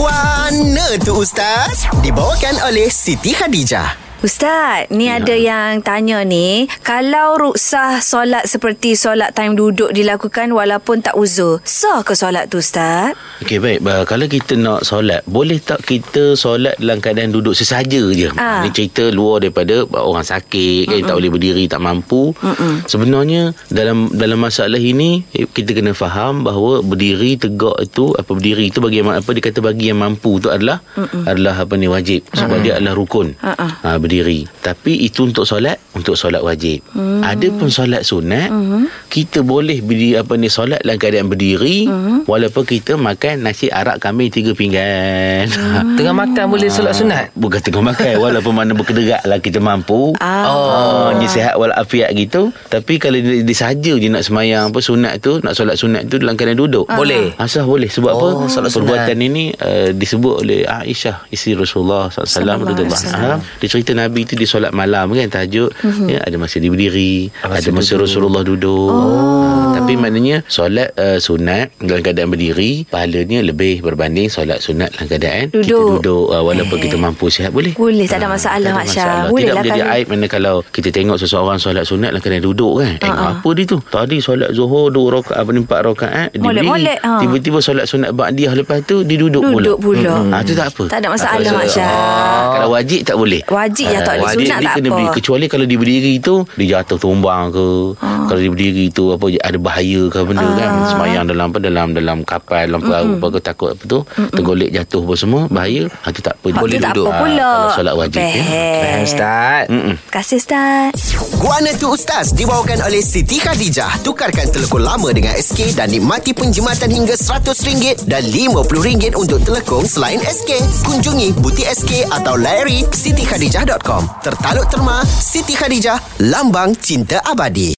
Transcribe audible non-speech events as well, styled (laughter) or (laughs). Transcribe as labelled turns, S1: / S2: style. S1: Guana tu Ustaz Dibawakan oleh Siti Khadijah
S2: Ustaz, ni ya. ada yang tanya ni, kalau ruksah solat seperti solat time duduk dilakukan walaupun tak uzur, sah ke solat tu Ustaz?
S3: Okey baik uh, Kalau kita nak solat Boleh tak kita solat Dalam keadaan duduk sesaja je
S2: Ah.
S3: ha. Ni cerita luar daripada Orang sakit kan, Tak boleh berdiri Tak mampu Mm-mm. Sebenarnya Dalam dalam masalah ini eh, Kita kena faham Bahawa berdiri tegak itu Apa berdiri itu Bagi yang ma- apa Dia kata bagi yang mampu Itu adalah Mm-mm. Adalah apa ni wajib Sebab dia adalah rukun
S2: Mm-mm.
S3: ha, Berdiri Tapi itu untuk solat Untuk solat wajib mm. Ada pun solat sunat mm. Kita boleh berdiri, apa ni Solat dalam keadaan berdiri mm. Walaupun kita makan Nasi arak kambing Tiga pinggan (laughs) mm.
S4: Tengah makan boleh solat sunat
S3: Ah. Bukan tengah makan Walaupun mana bergerak lah Kita mampu
S2: Ah.
S3: Oh Dia sihat walafiat gitu Tapi kalau dia, dia sahaja je Nak semayang apa Sunat tu Nak solat sunat tu Dalam keadaan duduk
S2: Ah.
S4: Boleh.
S3: Asal boleh Sebab apa
S4: Oh, solat sunat.
S3: Perbuatan ini uh, Disebut oleh Aisyah Isteri Rasulullah SAW
S2: Sallallahu alaihi wasallam. Mhm.
S3: Ha? Dia cerita Nabi tu Dia solat malam kan Tahajud mm-hmm. ya, Ada masa dia berdiri
S4: Masa
S3: Ada masa
S4: duduk.
S3: Rasulullah duduk oh. Tapi maknanya Solat uh, sunat Dalam keadaan berdiri Pahalanya lebih Berbanding solat sunat Dalam keadaan Kita
S2: Duduk.
S3: duduk uh, Walaupun
S2: Eh.
S3: kita mampu sihat Boleh Ah,
S2: Boleh, tak ada masalah, Mak Syah. Boleh
S3: Tidak
S2: lah
S3: menjadi
S2: kalau-
S3: aib mana kalau Kita tengok seseorang Solat sunat Dalam keadaan duduk kan Tengok
S2: Ah,
S3: apa dia tu Tadi solat zuhur Dua rakaat Apa ni empat rakaat dia
S2: Molek-molek,
S3: berdiri.
S2: ha.
S3: Tiba-tiba solat sunat Ba'diah lepas tu Dia duduk pula
S2: Duduk pula.
S3: Hmm. Ah, Itu tak apa
S2: Tak ada masalah,
S3: Tak
S2: Mak
S3: rasa-
S2: Syah.
S3: Ah, Kalau wajib tak boleh
S2: Wajib je tak boleh.
S3: Eh, wajib
S2: Sunat
S3: dia
S2: tak
S3: kena
S2: apa.
S3: Berdiri. Kecuali kalau dia berdiri tu Dia jatuh tumbang ke
S2: Ah.
S3: Kalau dia berdiri tu apa Ada bahaya ke benda kan Semayang dalam apa Dalam dalam kapal Dalam perahu apa ke Takut apa tu Tergolek jatuh apa semua Bahaya ah, Itu tak apa
S2: Hak
S4: Boleh
S2: tu tak
S4: duduk.
S2: apa pula.
S3: Ah, Kalau solat wajib ya.
S2: Faham,
S4: Faham Eh, Ustaz
S3: Mm-mm.
S2: Terima kasih Ustaz.
S1: Guana tu Ustaz Dibawakan oleh Siti Khadijah Tukarkan telekong lama dengan SK Dan nikmati penjimatan hingga RM100 Dan RM50 untuk telekong selain SK Kunjungi butik SK atau layari sitikhadijah.com Tertaluk terma Siti Khadijah Lambang Cinta Abadi